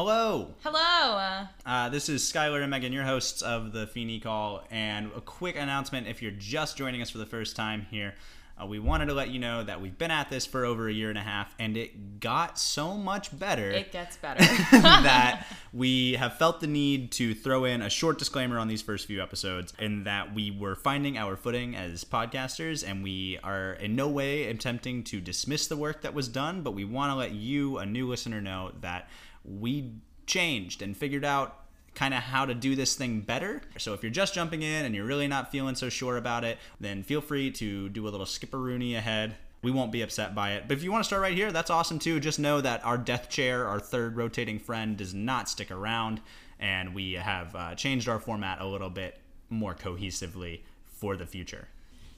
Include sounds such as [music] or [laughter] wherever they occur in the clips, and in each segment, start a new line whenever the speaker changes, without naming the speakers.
Hello.
Hello. Uh,
Uh, this is Skylar and Megan, your hosts of the Feeney Call. And a quick announcement if you're just joining us for the first time here, uh, we wanted to let you know that we've been at this for over a year and a half, and it got so much better.
it gets better.
[laughs] that we have felt the need to throw in a short disclaimer on these first few episodes in that we were finding our footing as podcasters and we are in no way attempting to dismiss the work that was done, but we want to let you, a new listener, know that we changed and figured out kind of how to do this thing better. So if you're just jumping in and you're really not feeling so sure about it, then feel free to do a little skipperoonie ahead. We won't be upset by it. But if you want to start right here, that's awesome too. Just know that our death chair, our third rotating friend, does not stick around, and we have uh, changed our format a little bit more cohesively for the future.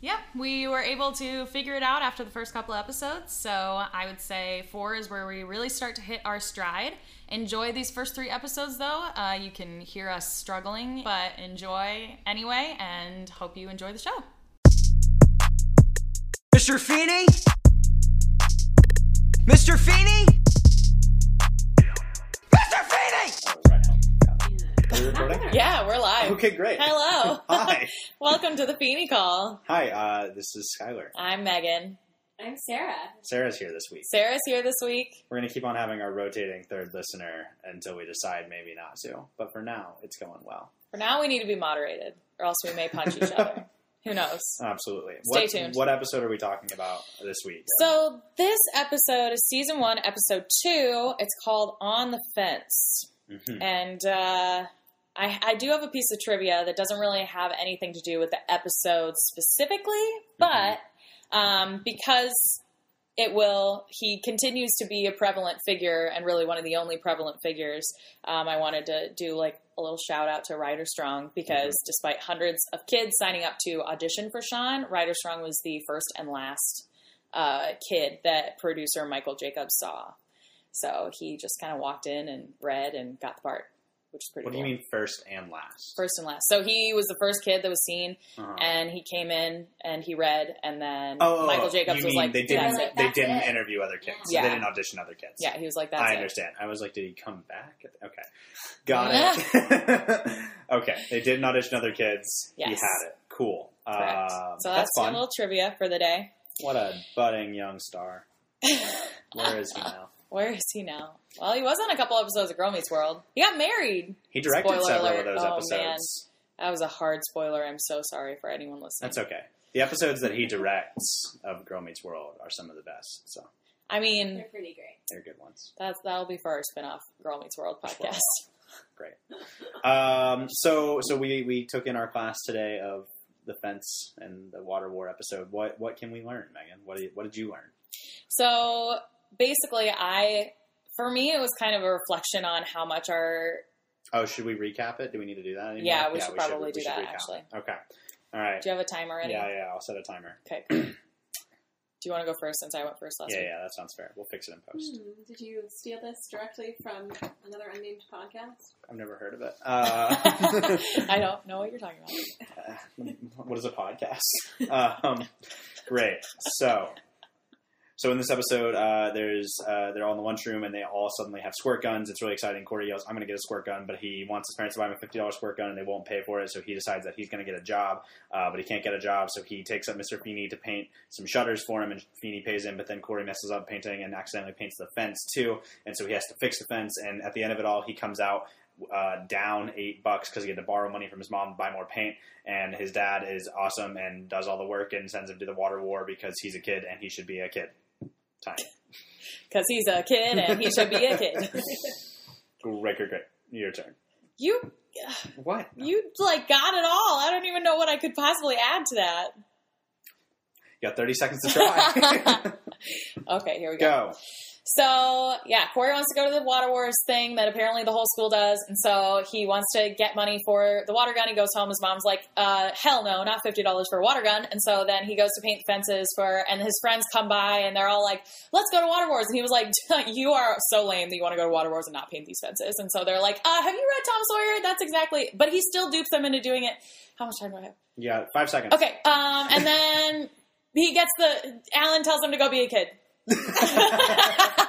yep, we were able to figure it out after the first couple of episodes. So I would say four is where we really start to hit our stride. Enjoy these first three episodes, though. Uh, you can hear us struggling, but enjoy anyway, and hope you enjoy the show.
Mr. Feeney? Mr. Feeney? Mr. Feeney!
Yeah, we're live.
Okay, great.
Hello.
Hi.
Welcome to the Feeny Call.
Hi, uh, this is Skylar.
I'm Megan.
I'm Sarah.
Sarah's here this week.
Sarah's here this week.
We're going to keep on having our rotating third listener until we decide maybe not to. But for now, it's going well.
For now, we need to be moderated, or else we may punch each other. Who knows?
Absolutely.
Stay
what,
tuned.
What episode are we talking about this week?
So this episode is season one, episode two. It's called "On the Fence,"
Mhm.
and uh, I, I do have a piece of trivia that doesn't really have anything to do with the episode specifically,
Mm-hmm.
but um, because it will, he continues to be a prevalent figure and really one of the only prevalent figures. Um, I wanted to do like a little shout out to Ryder Strong because
Mm-hmm.
despite hundreds of kids signing up to audition for Sean, Ryder Strong was the first and last uh, kid that producer Michael Jacobs saw. So he just kind of walked in and read and got the part, which is pretty.
What do
cool.
you mean first and last?
First and last. So he was the first kid that was seen,
Uh-huh.
and he came in and he read, and then
oh,
Michael
oh,
Jacobs
you
was
mean
like,
they
"Yeah,
didn't,
he's like-
like,
they
that's
didn't
it.
interview other kids.
Yeah.
They didn't audition other kids.
yeah, he was like, that's
I
it.
understand. I was like, did he come back? Okay. Got it. [laughs] okay. They didn't audition other kids. He
Yes.
had it. Cool.
Correct.
Um,
so that's,
fun.
a little trivia for the day.
What a budding
[laughs]
young star. Where is he now?
Where is he now? Well, he was on a couple episodes of Girl Meets World. He got married.
He directed
Spoiler
several
alert.
of those
Oh,
episodes.
That was a hard spoiler. I'm so sorry for anyone listening.
That's okay. The episodes that he directs of Girl Meets World are some of the best, so
I mean,
They're pretty great.
they're good ones.
that's that'll be for our spinoff Girl Meets World podcast.
Great. Um, so, so we we took in our class today of the fence and the water war episode. What what can we learn, Megan? What did what did you learn?
So basically, I for me it was kind of a reflection on how much our
Oh, should we recap it? Do we need to do that anymore?
Yeah, we should probably do that,
recap it.
actually.
Okay. All right.
Do you have a time already?
Yeah, yeah. I'll set a timer. [clears throat]
Okay. cool. Do you want to go first since I went first last
Yeah,
week?
yeah. That sounds fair. We'll fix it in post.
Hmm, did you steal this directly from another unnamed
[gasps]
podcast?
Hmm.
I've never heard of it.
[laughs]
Uh, [laughs]
I don't know what you're talking about.
Uh, what is a podcast? [laughs] um, great. So, so in this episode, uh, there's uh, they're all in the lunchroom and they all suddenly have squirt guns. It's really exciting. Corey yells, "I'm going to get a squirt gun," but he wants his parents to buy him a fifty dollars squirt gun and they won't pay for it. So he decides that he's going to get a job, uh, but he can't get a job. So he takes up Mr. Feeney to paint some shutters for him, and Feeney pays him. But then Corey messes up painting and accidentally paints the fence too, and so he has to fix the fence. And at the end of it all, he comes out. Uh, down eight bucks because he had to borrow money from his mom to buy more paint, and his dad is awesome and does all the work and sends him to the water war because he's a kid and he should be a kid. Time.
Because he's a kid and he should be a kid. [laughs]
Great, great, great. Your turn.
You
What? You
you like got it all. I don't even know what I could possibly add to that.
got 30 seconds to
[laughs]
try. [laughs]
Okay, here we go.
Go.
So yeah, Corey wants to go to the water wars thing that apparently the whole school does, and so he wants to get money for the water gun. He goes home. His mom's like, uh, "Hell no, not fifty dollars for a water gun." And so then he goes to paint fences for, and his friends come by and they're all like, "Let's go to water wars." And he was like, [laughs] "You are so lame that you want to go to water wars and not paint these fences." And so they're like, uh, "Have you read Tom Sawyer?" That's exactly. But he still dupes them into doing it. How much time do I have?
You got five seconds.
Okay, um, and then he gets the Alan tells him to go be a kid. [laughs]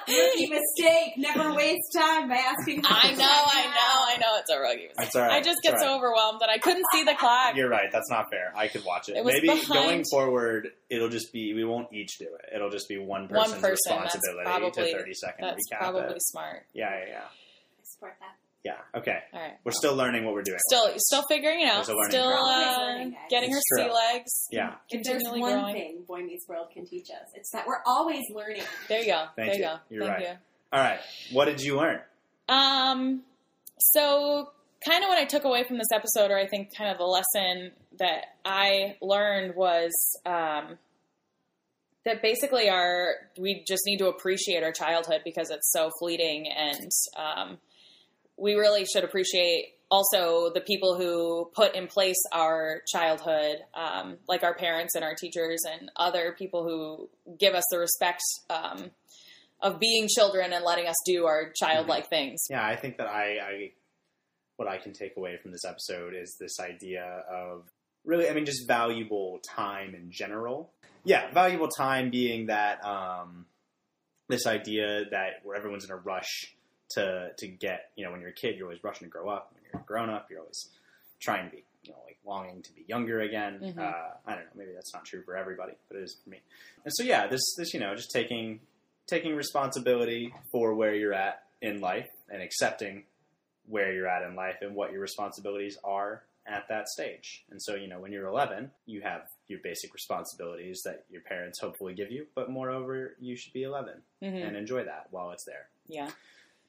Rookie mistake. Never waste time by asking. [laughs]
I know, I know, I know. It's a rookie mistake.
That's all right,
I just get
that's all
so overwhelmed that I couldn't see the clock.
You're right. That's not fair. I could watch it.
It was
Maybe
behind-
going forward, it'll just be we won't each do it. It'll just be one
person,
person's
that's
responsibility
probably-
to thirty second
That's
recap.
probably
it.
smart.
Yeah, yeah,
Support that.
yeah. Yeah. Okay.
All right.
We're still learning what we're doing.
Still, still figuring it out.
There's a learning
Still
ground.
uh,
Always learning, guys.
getting her
It's true.
sea legs.
Yeah.
If there's
Continually
one
growing.
thing Boy Meets World can teach us, it's that we're always learning.
There you go.
Thank
there you,
you.
go.
You're
Thank
right. All right. What did you learn?
you. Um. So, kind of what I took away from this episode, or I think kind of the lesson that I learned was um, that basically our we just need to appreciate our childhood because it's so fleeting, and um, we really should appreciate also the people who put in place our childhood, um, like our parents and our teachers and other people who give us the respect um, of being children and letting us do our childlike things.
Yeah, I think that I, I what I can take away from this episode is this idea of really, I mean, just valuable time in general. Yeah, valuable time being that um, this idea that where everyone's in a rush to to get, you know, when you're a kid, you're always rushing to grow up. When you're a grown up, you're always trying to be, you know, like longing to be younger again.
Mhm.
Uh, I don't know, maybe that's not true for everybody, but it is for me. And so, yeah, this this you know, just taking taking responsibility for where you're at in life and accepting where you're at in life and what your responsibilities are at that stage. And so, you know, when you're 11, you have your basic responsibilities that your parents hopefully give you, but moreover, you should be 11
hmm
and enjoy that while it's there
Yeah,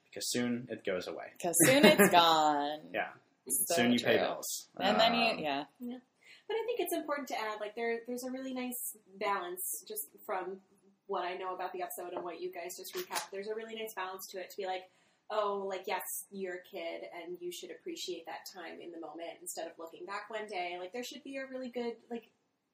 because soon it goes away.
because soon
[laughs]
it's gone.
Yeah.
So
soon you pay
true.
bills.
And then
Um,
you, yeah,
But I think it's important to add, like there, there's a really nice balance just from what I know about the episode and what you guys just recap. There's a really nice balance to it to be like, oh, like yes, you're a kid and you should appreciate that time in the moment instead of looking back one day. Like there should be a really good like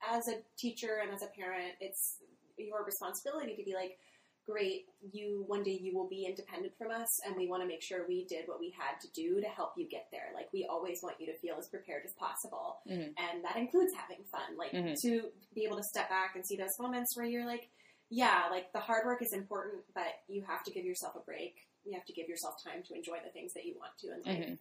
as a teacher and as a parent, it's your responsibility to be like. Great, you one day you will be independent from us, and we want to make sure we did what we had to do to help you get there. Like, we always want you to feel as prepared as possible and that includes having fun like
Mhm.
to be able to step back and see those moments where you're like yeah like the hard work is important but you have to give yourself a break you have to give yourself time to enjoy the things that you want to in life
Mhm.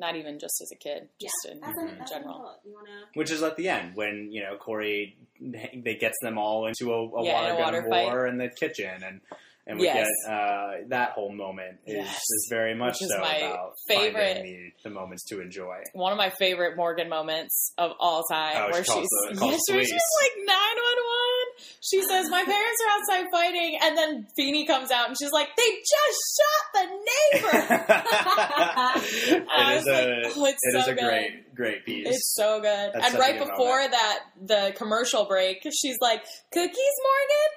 not even just as a kid,
Yeah.
just in,
as,
Mhm.
an, as an
general.
adult you want to
Which is at the end when you know Corey, they gets them all into a, a
Yeah, in a
water
water
gun war in the kitchen, and and we
Yes.
get uh, that whole moment is,
Yes.
is very much
Which is
so
my
about
favorite.
finding the, the moments to enjoy.
one of my favorite Morgan moments of all time,
Oh, she
where
calls
she's
the- calls
yes,
the
where she's
police.
like nine one one. She says, "My parents are outside fighting," and then Feeny comes out and she's like, "They just shot the
[laughs]
neighbor." [laughs] I
it
was
is a
like, oh, it's
it
so
is a
good.
great great piece.
It's so good.
That's
and
such a
right
good
before
moment.
that, the commercial break, she's like, "Cookies, Morgan?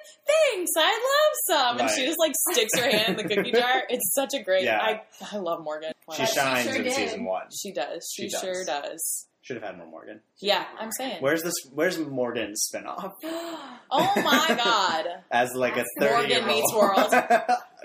Thanks, I love some." And she
Right.
just like sticks her hand in the cookie jar.
[laughs]
It's such a great.
Yeah.
I I love Morgan.
she
She
shines
sure
in
did.
season one.
She does. She,
She does.
sure does.
Should have had more Morgan.
Yeah, I'm saying.
Where's this? Where's Morgan's spinoff
[gasps] Oh my god.
as like a
Morgan
thirty year
meets
old?
[laughs]
[laughs]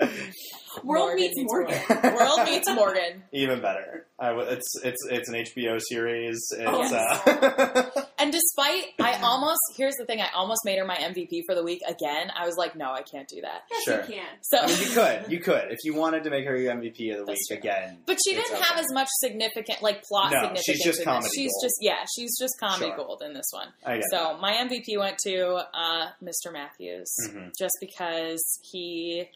world
Morgan
meets
meets
morgan
World meets
[laughs]
Morgan.
Even better. I w- it's it's it's an HBO series. It's,
Oh,
uh,
And despite I almost here's the thing, I almost made her my MVP for the week again. I was like, no, I can't do that.
yes
Sure.
you can
So
I mean, you could, you could, if you wanted to make her E your MVP of the
That's
week again.
But she
it's
didn't
okay.
have as much significant like plot
No,
significance.
she's just
in
comedy
this. She's
gold.
just yeah, she's just comedy
Sure.
gold in this one.
I get
So my MVP went to uh, Mr. Matthews
Mhm.
just because he.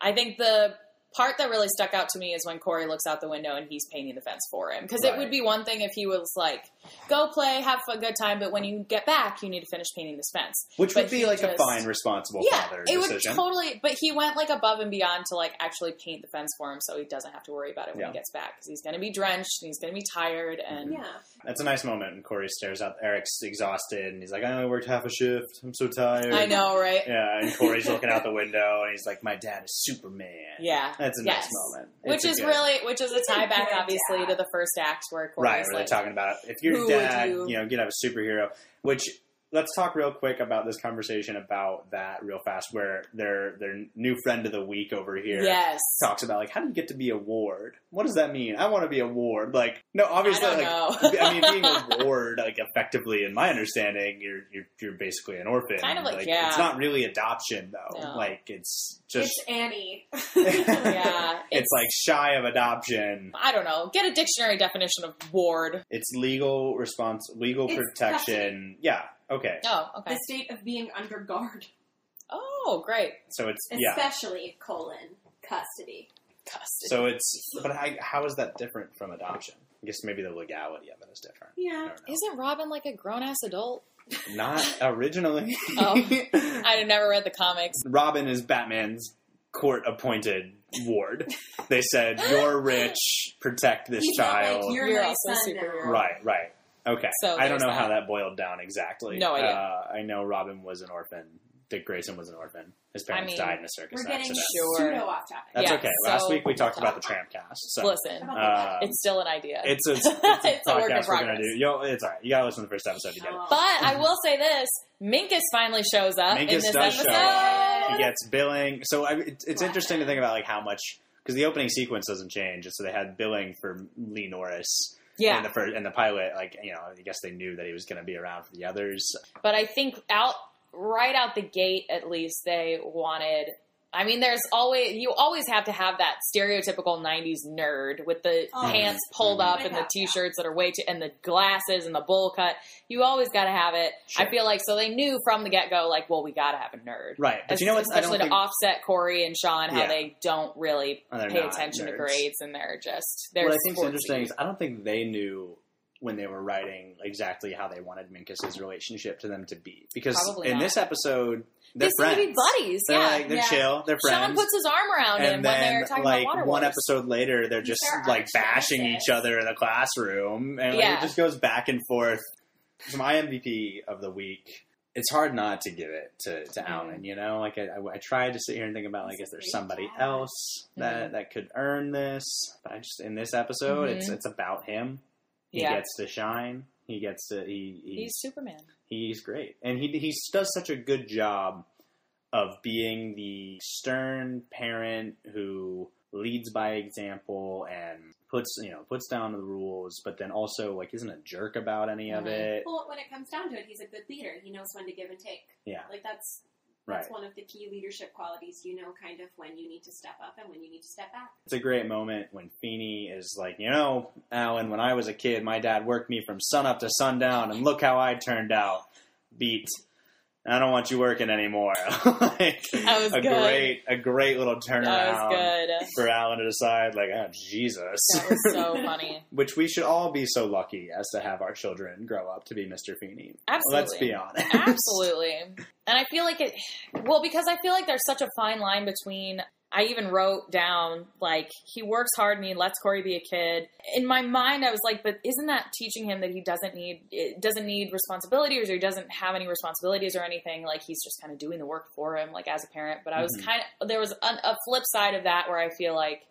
I think the part that really stuck out to me is when Corey looks out the window and he's painting the fence for him. Because it
Right.
would be one thing if he was like, "Go play, have a good time," but when you get back, you need to finish painting this fence.
that. which
but
would be
he
like a
just-
fine, responsible
yeah,
father
it
decision.
would totally. But he went like above and beyond to like actually paint the fence for him, so he doesn't have to worry about it when
Yeah.
he gets back because he's going to be drenched and he's going to be tired and
Mm-hmm.
yeah
That's a nice moment. And Corey stares up. Eric's exhausted, and he's like, "I only worked half a shift. I'm so tired."
I know, right?
Yeah,
[laughs]
and Corey's looking out the window, and he's like, "My dad is Superman."
Yeah.
that's a
Yes.
nice moment. It's
Which
a
is
good-
really, which is a
He's a
tie back,
good
obviously,
dad.
to the first act where Corey's
right. Where they're
like,
talking about if your
who would
dad,
you-
you know, get up a superhero, which let's talk real quick about this conversation about that real fast, where their their new friend of the week over here
Yes.
talks about like how do you get to be a ward? What does that mean? I want to be a ward. Like no, obviously,
I
like
don't
[laughs]
know.
I mean,
[laughs]
being a ward, like effectively, in my understanding, you're you're, you're basically an orphan.
Kind of like- yeah.
It's not really adoption though.
No.
Like it's just
[laughs]
it's Annie.
yeah.
it's like shy of adoption.
I don't know. Get a dictionary definition of ward.
It's legal response, legal
It's
protection. Yeah. Okay.
Oh, okay.
the state of being under guard,
Oh, great.
So it's yeah.
especially colon custody.
Custody.
So it's but I, how is that different from adoption? I guess maybe the legality of it is different. I
Yeah,
don't know.
Isn't Robin like a grown ass adult?
Not originally.
Oh. I had never read the comics.
[laughs] Robin is Batman's court appointed ward. They said, You're rich, protect this
He's not
child.
Like, you're,
You're
my
also
son
superhero.
now.
right, right. Okay.
So
I don't
there's
know how
that.
that boiled down exactly.
No idea.
Uh, I know Robin was an orphan. Dick Grayson was an orphan. His parents
mean,
died in a circus
We're getting
accident.
Sure.
pseudo off topic.
That's
Yeah,
okay. Last
so-
week we talked
[laughs]
about the Tramcast. So
Listen,
uh,
it's still an idea.
[laughs] it's
[laughs]
a, it's
It's a work in
podcast we're gonna
progress.
do. Yo, it's all right. You gotta listen to the first episode to get it.
Oh.
but I will say this Minkus finally shows up Uh, in
Minkus
this
does show
episode.
up.
Yes.
he gets billing. So I, it's, it's
Wow.
interesting to think about like how much because the opening sequence doesn't change. So they had billing for Lee Norris in
Yeah.
the first, in the pilot. Like you know, I guess they knew that he was going to be around for the others.
But I think out right out the gate at least they wanted I mean there's always you always have to have that stereotypical 90s nerd with the
Oh,
pants pulled
mhm.
up and the
Yeah.
t-shirts that are way too and the glasses and the bowl cut. You always got to have it.
Sure.
I feel like so they knew from the get-go like well we got to have a nerd.
Right, but
As-
you know what? I don't
Especially to
think
offset Corey and Sean, how
Yeah.
they don't really
Oh, they're
pay
not
attention
nerds.
to grades, and they're just they're
what I think is
sportsy.
interesting is I don't think they knew when they were writing exactly how they wanted Minkus's relationship to them to be because
Probably
in
not.
this episode
they
they're
seem
friends.
to be buddies.
They're
yeah,
like they're
yeah.
chill. They're friends.
Sean puts his arm around him
and
when
then
they're talking
like
about water
one
wars.
episode later they're
You
just
start
like
arch
bashing
nemesis.
each other in the classroom and like,
Yeah.
it just goes back and forth so my mvp of the week it's hard not to give it to, to Alan, you know. Like I, I, I tried to sit here and think about, like, is there somebody else that,
Mm-hmm.
that could earn this? But I just in this episode, it's it's about him. He
yeah,
gets to shine. He gets to he,
he's Superman.
he's great, and he he does such a good job of being the stern parent who leads by example and puts you know puts down the rules, but then also like isn't a jerk about any of
Mhm.
it.
Well, when it comes down to it, he's a good leader. He knows when to give and take.
Yeah.
like that's
Right.
that's one of the key leadership qualities. You know, kind of when you need to step up and when you need to step back.
It's a great moment when Feeney is like, you know, Alan, when I was a kid, my dad worked me from sunup to sundown, and look how I turned out. Beat. I don't want you working anymore. [laughs] like,
That was
a
good.
great, a great little turnaround.
That was
for Alan to decide, like, oh, Jesus.
good. That was so funny.
[laughs] Which we should all be so lucky as to have our children grow up to be Mr. Feeney.
Absolutely.
Let's be honest.
Absolutely. [laughs] And I feel like it, well, because I feel like there's such a fine line between, I even wrote down, like, he works hard and he lets Corey be a kid. In my mind, I was like, but isn't that teaching him that he doesn't need, it doesn't need responsibilities or he doesn't have any responsibilities or anything? Like, he's just kind of doing the work for him, like, as a parent. But I was
Mhm.
kind of, there was an, a flip side of that where I feel like,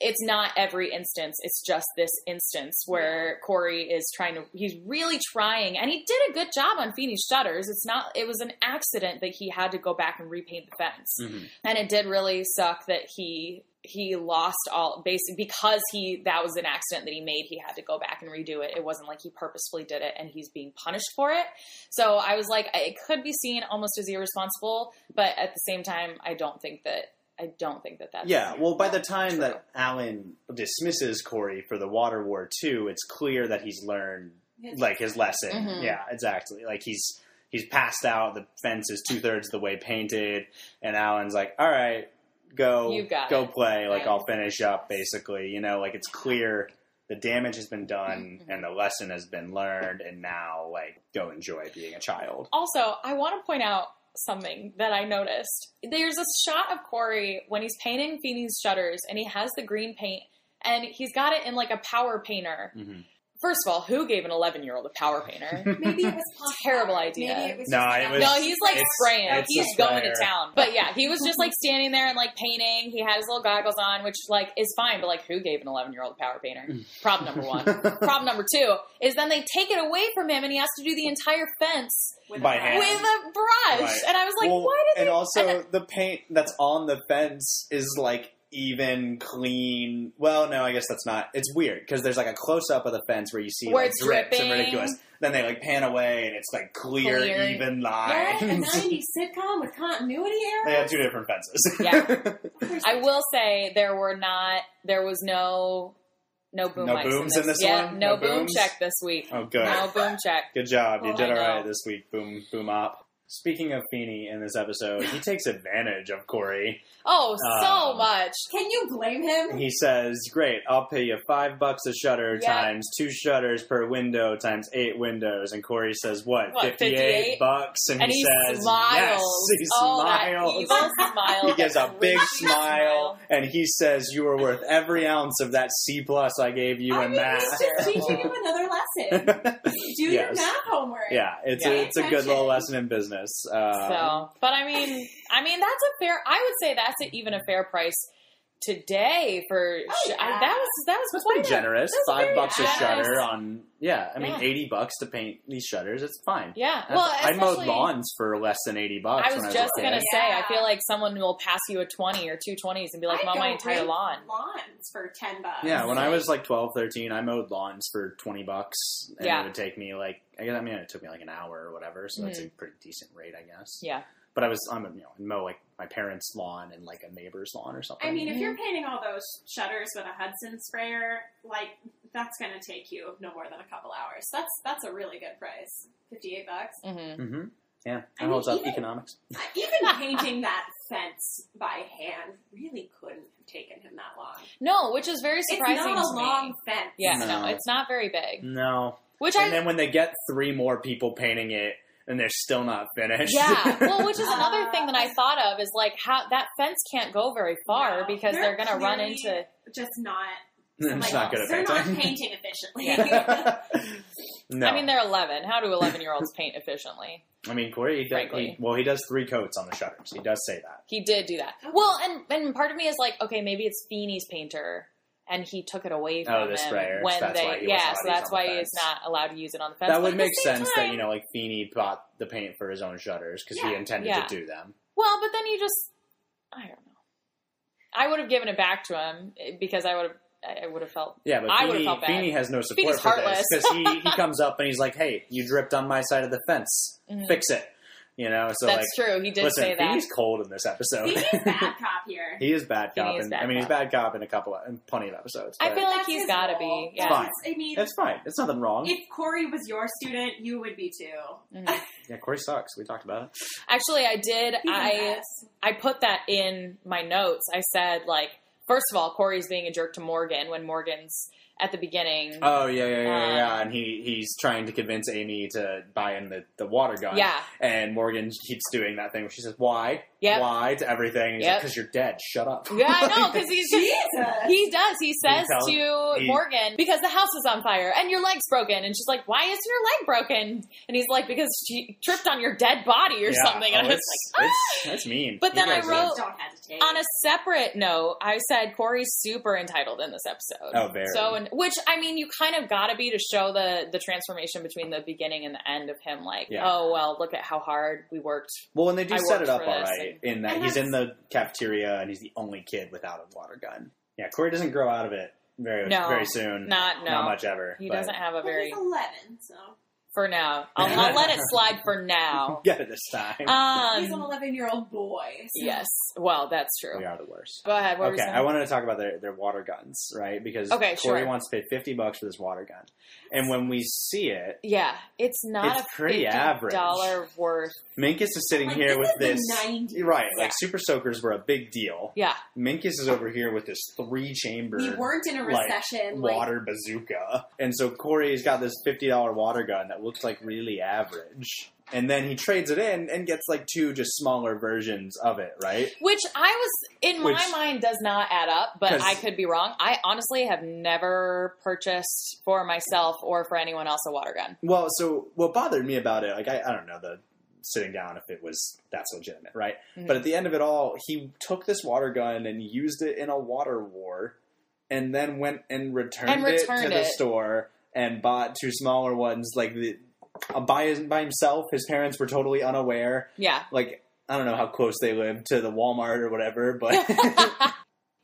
it's not every instance. It's just this instance where Corey is trying to. He's really trying, and he did a good job on Feeney's shutters. It's not. It was an accident that he had to go back and repaint the fence,
Mhm.
and it did really suck that he he lost all basically because he that was an accident that he made. He had to go back and redo it. It wasn't like he purposefully did it, and he's being punished for it. So I was like, it could be seen almost as irresponsible, but at the same time, I don't think that. I don't think that that's
Yeah, well, by the time
True.
that Alan dismisses Corey for the Water War 2, it's clear that he's learned, like, his lesson.
Mhm.
Yeah, exactly. Like, he's. He's passed out. The fence is two thirds of the way painted, and Alan's like, "All right, go,
You got
go
it.
play. Like
Right.
I'll finish up." Basically, you know, like it's clear the damage has been done
Mm-hmm.
and the lesson has been learned and now like go enjoy being a child
Also, I want to point out something that I noticed. There's a shot of Corey when he's painting Feeney's shutters and he has the green paint and he's got it in like a power painter. First of all, who gave an 11 year old a power
[laughs]
painter?
Maybe it was
[laughs]
pop
Terrible
art.
idea.
Maybe it was
No,
just
it
like
was-
no, he's like
It's-
spraying.
it's
he's
a
going to
sprayer.
town. But yeah, he was just like standing there and like painting. He had his little goggles on, which like is fine. But like, who gave an 11 year old a power painter? Problem number
[laughs]
one. Problem number two is then they take it away from him and he has to do the entire fence
with
By
a-
hand.
with a brush.
Right.
And I was like,
Well,
why did
and
they?
also
and-
the paint that's on the fence is like even clean. Well, no, I guess that's not. It's weird because there's like a close up of the fence where you see
Where
like
it's
drips and
dripping.
ridiculous. Then they like pan away and it's like clear,
Clear.
even
Yeah, a
lines.
90s sitcom with continuity
[laughs] they had
errors.
two different fences.
Yeah. I
I,
will say there were not. There was no no boom
No
mics
booms
in
in
this.
this
yeah,
one?
No,
No
boom
booms?
check this week.
[laughs] oh, good.
No boom check.
Good job. You
Oh,
did
I
all
know.
right this week. Boom, boom up. Speaking of Feeney in this episode, he takes advantage of Corey.
Oh, so
Um,
much.
Can you blame him?
He says, "Great, I'll pay you five bucks a shutter
Yeah.
times two shutters per window times eight windows." And Corey says, "What,
What,
58
58?
bucks?" And,
And
he,
he
says,
smiles.
"Yes." He
oh,
smiles.
that evil smile.
[laughs] he gives
[laughs]
a
that
big
creepy
smile, and he says, "You were worth every ounce of that C plus I gave you
I
in
mean, he's
math."
just teaching him another lesson.
[laughs]
Do your
Yes.
math homework.
[laughs] yeah, it's
Yeah.
a, it's a good little lesson in business. Uh,
So, but I mean, I mean that's a fair. I would say that's a, even a fair price today for.
Oh,
sh- I,
yeah.
that was that was
That's
quite
pretty generous.
that's
Five
very
bucks a
generous.
shutter on yeah. I mean,
Yeah.
eighty bucks to paint these shutters. It's fine.
Yeah.
That's-
Well,
I mowed
especially-
lawns for less than eighty bucks.
I
when
was
I
just
a
gonna
kid.
say, I
Yeah.
feel like someone will pass you a twenty or two twenties and be like,
I
"Mow my
go
entire
rake
lawn."
Lawns for ten bucks.
Yeah, when I was like 12, 13, I mowed lawns for 20 bucks. And
Yeah.
it would take me like, I guess, I mean, it took me like an hour or whatever. So that's a pretty decent rate, I guess.
Mm-hmm. Yeah.
But I was, I'm, you know, I'd mow like my parents' lawn and like a neighbor's lawn or something.
I mean, if you're painting all those shutters with a Hudson sprayer, like that's going to take you no more than a couple hours. That's that's a really good price,
[laughs]
fifty-eight bucks.
hmm
hmm
I
Yeah. That
mean,
holds up
even-
economics.
Even painting that fence by hand really couldn't have taken him that long.
No, which is very
It's
surprising.
not a
to
long
Me.
fence.
Yeah,
No.
no. it's not very big.
No.
Which I
And then when they get three more people painting it and they're still not finished. [laughs]
Yeah. Well, which is another
Uh,
thing that
[laughs]
I thought of is like how that fence can't go very far
No,
because
they're
they're going to run
clearly-
into.
Just not. like,
I'm just
oh,
not good at
they're
painting.
not
[laughs]
painting efficiently. [laughs]
no.
I mean, they're 11. How do 11 year olds paint efficiently?
I mean, Corey, he, he,
Frankly.
well, he does three coats on the shutters. He does say that.
He did do that. Well, and and part of me is like, okay, maybe it's Feeney's painter, and he took it away from
Oh, the
him
sprayer, so
when
that's
they.
why he wasn't allowed
yeah,
to
so
use
that's
on the
why he is
fence.
not allowed to use it on the fence.
That
But
would
at
make
the same
sense
time-
that you know, like Feeney bought the paint for his own shutters because he
Yeah.
intended
Yeah.
to do them.
Well, but then you just, I don't know. I would have given it back to him eh, because I would have. I- I would have felt.
Yeah, but
I would've
Feeney,
felt bad.
Feeney has no support
Feeney's
for
heartless.
this because he, he comes up and he's like, "Hey, you dripped on my side of the fence.
Mhm.
Fix it." You know, so
That's
like,
true. He did
listen,
say that.
Feeney's cold in this episode. [laughs]
He's a bad cop here.
he is bad
Feeney
cop,
is
and
bad
I mean, he's
cop.
bad cop in a couple, of, in plenty of episodes.
I
but
feel like
That's
he's
his
gotta
role.
be, yeah.
That's- I mean,
it's fine. It's nothing wrong.
if Corey was your student, you would be too.
Mhm.
yeah, Corey sucks. We talked about it.
Actually, I did.
He's a
I
mess.
I put that in my notes. I said like, first of all, Corey's being a jerk to Morgan when Morgan's at the beginning.
Oh yeah, yeah, yeah, yeah, yeah.
Um,
And he he's trying to convince Amy to buy him the, the water gun.
yeah,
And Morgan keeps doing that thing where she says, "Why?
Yep.
Why?" to everything. Because
Yep.
you're dead. Shut up.
yeah, I
[laughs]
know because he's
Jesus.
He does. He says
tells-
to
he-
Morgan, because the house is on fire and your leg's broken. And she's like, why is your leg broken? And he's like, because she tripped on your dead body or
Yeah.
something.
Oh,
And I was
it's,
like, "Ah!"
it's- that's mean.
But
You
then I
guys are-
wrote-
don't hesitate.
on a separate note, I said Corey's super entitled in this episode.
Oh, very.
So, and which I mean, you kind of gotta be to show the the transformation between the beginning and the end of him. Like,
Yeah.
oh well, look at how hard we worked.
Well, and they do
I
set
worked
it up
for
all
this
right in that
And
he's
that's-
in the cafeteria and he's the only kid without a water gun. Yeah, Corey doesn't grow out of it very
No.
very soon.
Not no,
Mm, Not much ever.
he
but-
doesn't have a
Well,
very
he's eleven, so
for now. I'll, I'll
[laughs]
let it slide for now.
Get it this time.
Um,
he's an eleven-year-old boy. So.
yes, well, that's true.
we are the worst.
Go ahead. What were you
Okay,
saying?
I wanted to talk about their, their water guns, right? Because
Okay,
Corey
sure.
wants to pay fifty bucks for this water gun, and when we see it,
Yeah, it's not
It's
a
pretty
pretty
average.
dollar worth.
Minkus is sitting
Like,
here
this
with
is the
this,
90s.
right?
Yeah.
Like super soakers were a big deal.
Yeah,
Minkus is over here with this three chamber
We weren't in a
like,
recession. like-
water bazooka, and so Corey's got this fifty dollar water gun that looks like really average. And then he trades it in and gets like two just smaller versions of it, right?
Which I was in my
Which-
mind does not add up, but
'Cause-
I could be wrong. I honestly have never purchased for myself or for anyone else a water gun.
Well, so what bothered me about it, like I, I don't know the sitting down if it was that's legitimate, right?
Mhm.
But at the end of it all, he took this water gun and used it in a water war, and then went and returned,
And
it
returned
to the
it.
store and bought two smaller ones. Like the, uh, by his, by himself, his parents were totally unaware. [laughs]
Yeah. [laughs]
Like I don't know how close they lived to the Walmart or whatever,
[laughs]
but [laughs]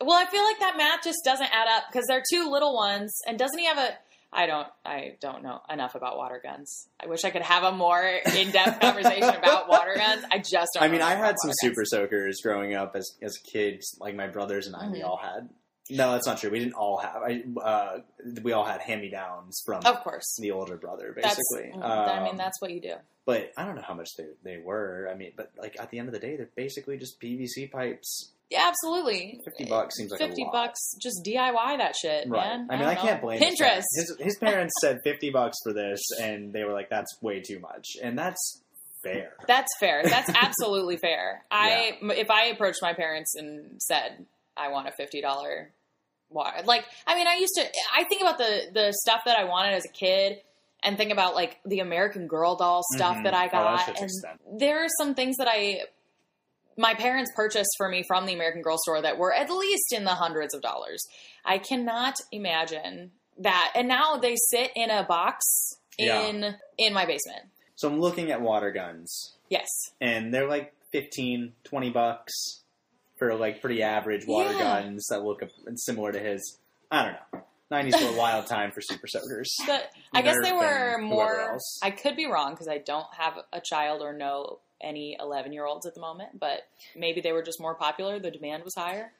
Well, I feel like that math just doesn't add up because they're two little ones, and doesn't he have a? I don't. I don't know enough about water guns. I wish I could have a more
[laughs]
in-depth conversation about water guns. I just. don't
I mean,
know
I
enough
had
about
some
water guns.
super soakers growing up as as kids, like my brothers and I. We
Mhm.
all had. No, that's not true. We didn't all have. I uh, we all had hand me downs from
Of course.
the older brother,
That's-
basically.
mm, I mean,
Um,
that's what you do.
But I don't know how much they they were. I mean, but like at the end of the day, they're basically just PVC pipes.
Yeah, absolutely.
Fifty bucks seems like a
50
lot.
bucks just DIY that shit,
Right.
man.
I mean,
don't
I,
know.
can't blame his
Pinterest.
parents. His, his parents
[laughs]
said fifty bucks for this, and they were like, "That's way too much," and that's fair.
That's fair.
[laughs]
That's absolutely fair. I m if I approached my parents and said I want a fifty dollar water, like I mean, I used to. I think about the the stuff that I wanted as a kid, and think about like the American Girl doll stuff
Mhm.
that I
Oh, that
got.
shit's
and
expensive.
there are some things that I my parents purchased for me from the American Girl store that were at least in the hundreds of dollars. I cannot imagine that. And now they sit in a box
Yeah.
in in my basement.
So I'm looking at water guns.
Yes.
and they're like 15 20 bucks for like pretty average water
Yeah.
guns that look similar to his i don't know 90s
[laughs]
were a wild time for super soakers
But I guess they
Nerf
were
and whoever
more.
else.
I could be wrong because I don't have a child or know any 11 year olds at the moment, but maybe they were just more popular. The demand was higher.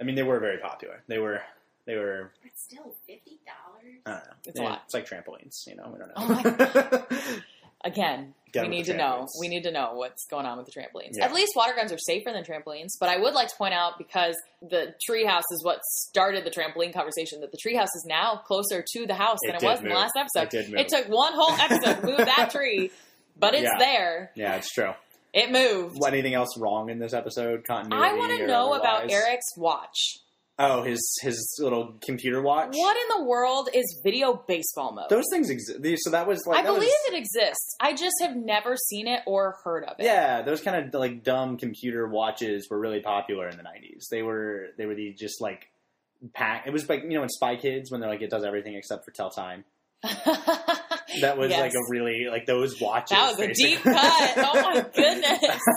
i mean they were very popular they were they were
But still, fifty dollars.
i don't know
It's a
They-
lot.
it's like trampolines you know we don't know
Oh
[laughs]
my Again,
Get
we
with
need
the
to know.
trampolines.
We need to know what's going on with the trampolines.
Yeah.
At least water guns are safer than trampolines, but I would like to point out because the treehouse is what started the trampoline conversation that the treehouse is now closer to the house
It
than it
did
was in the
move.
last episode.
It did move.
It took one whole episode to move
[laughs]
that tree, but it's
Yeah.
there.
yeah it's true
It moved.
What- anything else wrong in this episode continuity
I want
or
to know about
otherwise?
Eric's watch.
oh his his little computer watch
What in the world is video baseball mode?
those things exist so that was like
I
that was-
believe it exists. I just have never seen it or heard of it.
Yeah, those kind of like dumb computer watches were really popular in the '90s. They were they were the just like pack. It was like you know in Spy Kids when they're like it does everything except for tell time. That was
Yes.
like a really like those watches.
That was a
basically-
deep cut. Oh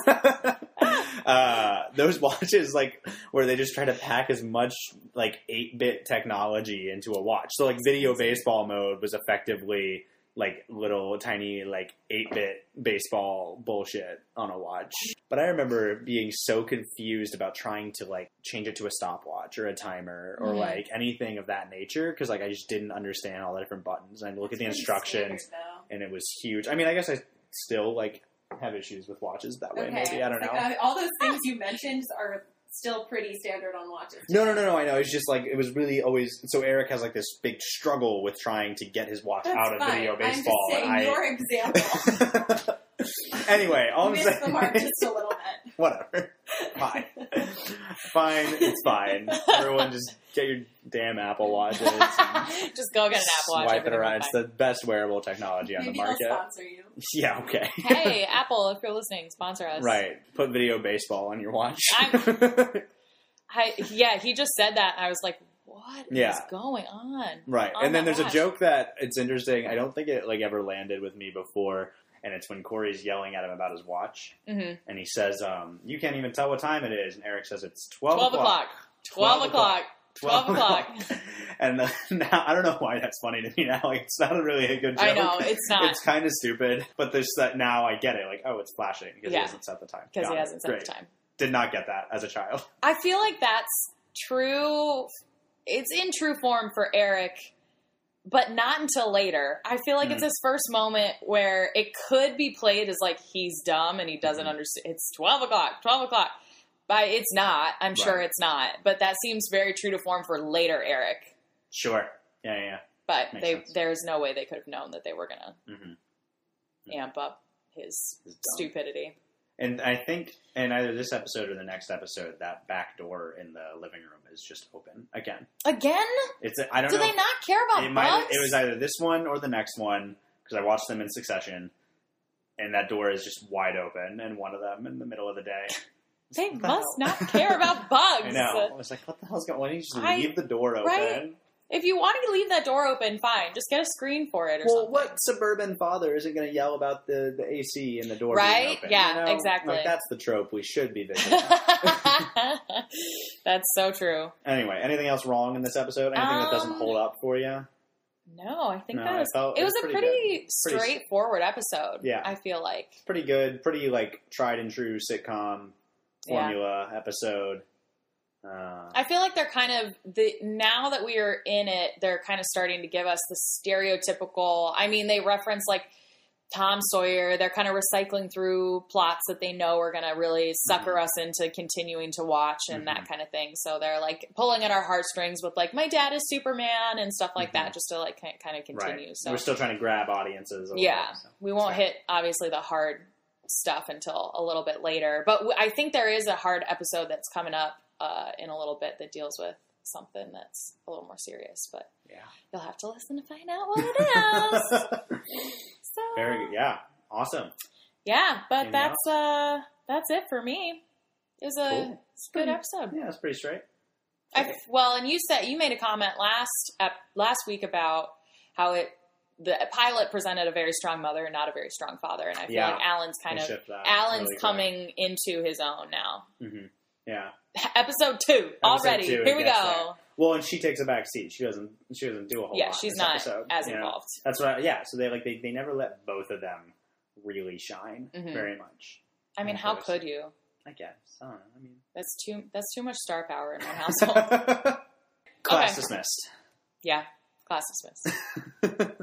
my goodness.
[laughs] uh, those watches like where they just try to pack as much like eight bit technology into a watch. So like video baseball mode was effectively like little tiny like eight bit baseball bullshit on a watch. But I remember being so confused about trying to like change it to a stopwatch or a timer or
Mhm.
like anything of that nature because like I just didn't understand all the different buttons. And I'd look at the
Pretty
instructions
standard, though.
and it was huge. I mean, I guess I still like have issues with watches that way.
Okay.
Maybe I don't know.
It's like, uh, all those things you mentioned are still pretty standard on watches.
no, no, no, no. I know. It's just like it was really always. So Eric has like this big struggle with trying to get his watch
That's
out of
fine.
video
I'm
baseball.
just saying
and I-
your example.
anyway, [laughs] all
You
I'm
missed the mark
saying,
just a little
[laughs]
bit.
whatever. Fine, fine. It's fine. Everyone, just get your damn
[laughs]
Apple watches.
[laughs] just go get an Apple Watch.
Swipe it
everything
around.
will
It's
be
the best wearable technology on
Maybe
the market.
they'll sponsor you.
[laughs] Yeah. Okay.
fine. [laughs] hey, Apple, if you're listening, sponsor us.
Right. Put video baseball on
[laughs]
your watch.
I, yeah, he just said that. and I was like, what is
Yeah.
going on?
[laughs] Right.
on
and then
that
there's
watch.
a joke that it's interesting. I don't think it like ever landed with me before, and it's when Corey's yelling at him about his watch,
Mhm.
and he says, um, "You can't even tell what time it is," and Eric says, "It's twelve,
12 o'clock. 12 o'clock. 12 o'clock.
[laughs] and uh, now I don't know why that's funny to me now. Like it's not really a good joke.
I know,
[laughs]
it's not.
It's kind of stupid, but there's that now I get it. Like, oh, it's flashing because
Yeah.
he hasn't set the time.
Because
Got
he
it.
hasn't set
Great.
the time.
Did not get that as a child. [laughs]
I feel like that's true. It's in true form for Eric, but not until later. I feel like
Hmm.
it's his first moment where it could be played as like he's dumb and he doesn't
Hmm.
understand. It's 12 o'clock, 12 o'clock. But it's not. I'm sure
Right.
it's not. But that seems very true to form for later Eric.
Sure. Yeah, yeah. yeah.
But
Makes
they,
sense.
there's no way they could have known that they were going to
Mhm.
amp up his
It's dumb.
stupidity.
And I think in either this episode or the next episode, that back door in the living room is just open again.
Again?
It's I don't
Do
know.
they not care about
it might.
bugs?
It was either this one or the next one because I watched them in succession, and that door is just wide open, and one of them in the middle of the day.
they
What the
must
hell?
not care
[laughs]
about bugs.
I know. I was like, what the hell's going? Why don't you just
I-
leave the door open?
right? If you want to leave that door open, fine. Just get a screen for it or
Well,
something.
what suburban father isn't going to yell about the, the AC in the door?
Right?
Being open,
Yeah,
you know?
exactly.
Like, that's the trope we
[laughs]
should be vigilant.
That's so true.
anyway, anything else wrong in this episode? Anything that doesn't
Um,
hold up for you?
No, I think
No,
that
I
was
felt-
it was a pretty,
Pretty s-
straightforward episode.
Yeah.
I feel like
Pretty good. Pretty like tried and true sitcom formula episode. Uh,
I feel like they're kind of the now that we are in it, they're kind of starting to give us the stereotypical. I mean, they reference like Tom Sawyer. They're kind of recycling through plots that they know are going to really sucker
Mm-hmm.
us into continuing to watch and that kind of thing. So they're like pulling at our heartstrings with like my dad is Superman and stuff like that, just to like kind of continue.
Mm-hmm. right.
So
We're still trying to grab audiences. A little
Yeah,
bit, so.
we won't
Sorry.
hit obviously the hard stuff until a little bit later. But w- I think there is a hard episode that's coming up uh, in a little bit that deals with something that's a little more serious. But
Yeah.
you'll have to listen to find out what it is. so
Very good. Yeah. Awesome.
yeah, but
Anything
that's uh that's it for me. It was a
Cool.
it's a good episode.
Yeah, that's pretty straight.
I, well, and you said you made a comment last ep- last week about how it the pilot presented a very strong mother and not a very strong father, and I feel
Yeah.
like Alan's kind
We'll
of
shift that
Alan's
really quick.
coming into his own now.
Mhm. Yeah.
Episode two already.
two,
Here we
yes,
go.
Well, and she takes a back seat. She doesn't. She doesn't do a whole
Yeah,
lot.
she's
this
not
episode,
as
you know?
involved.
That's what. I, yeah. So they like they, they never let both of them really shine
Mhm.
very much.
I mean,
Yeah,
how
that's-
could you?
I guess. I don't know. I mean,
That's too. That's too much star power in one
[laughs]
household.
class
Okay.
dismissed.
yeah, class dismissed.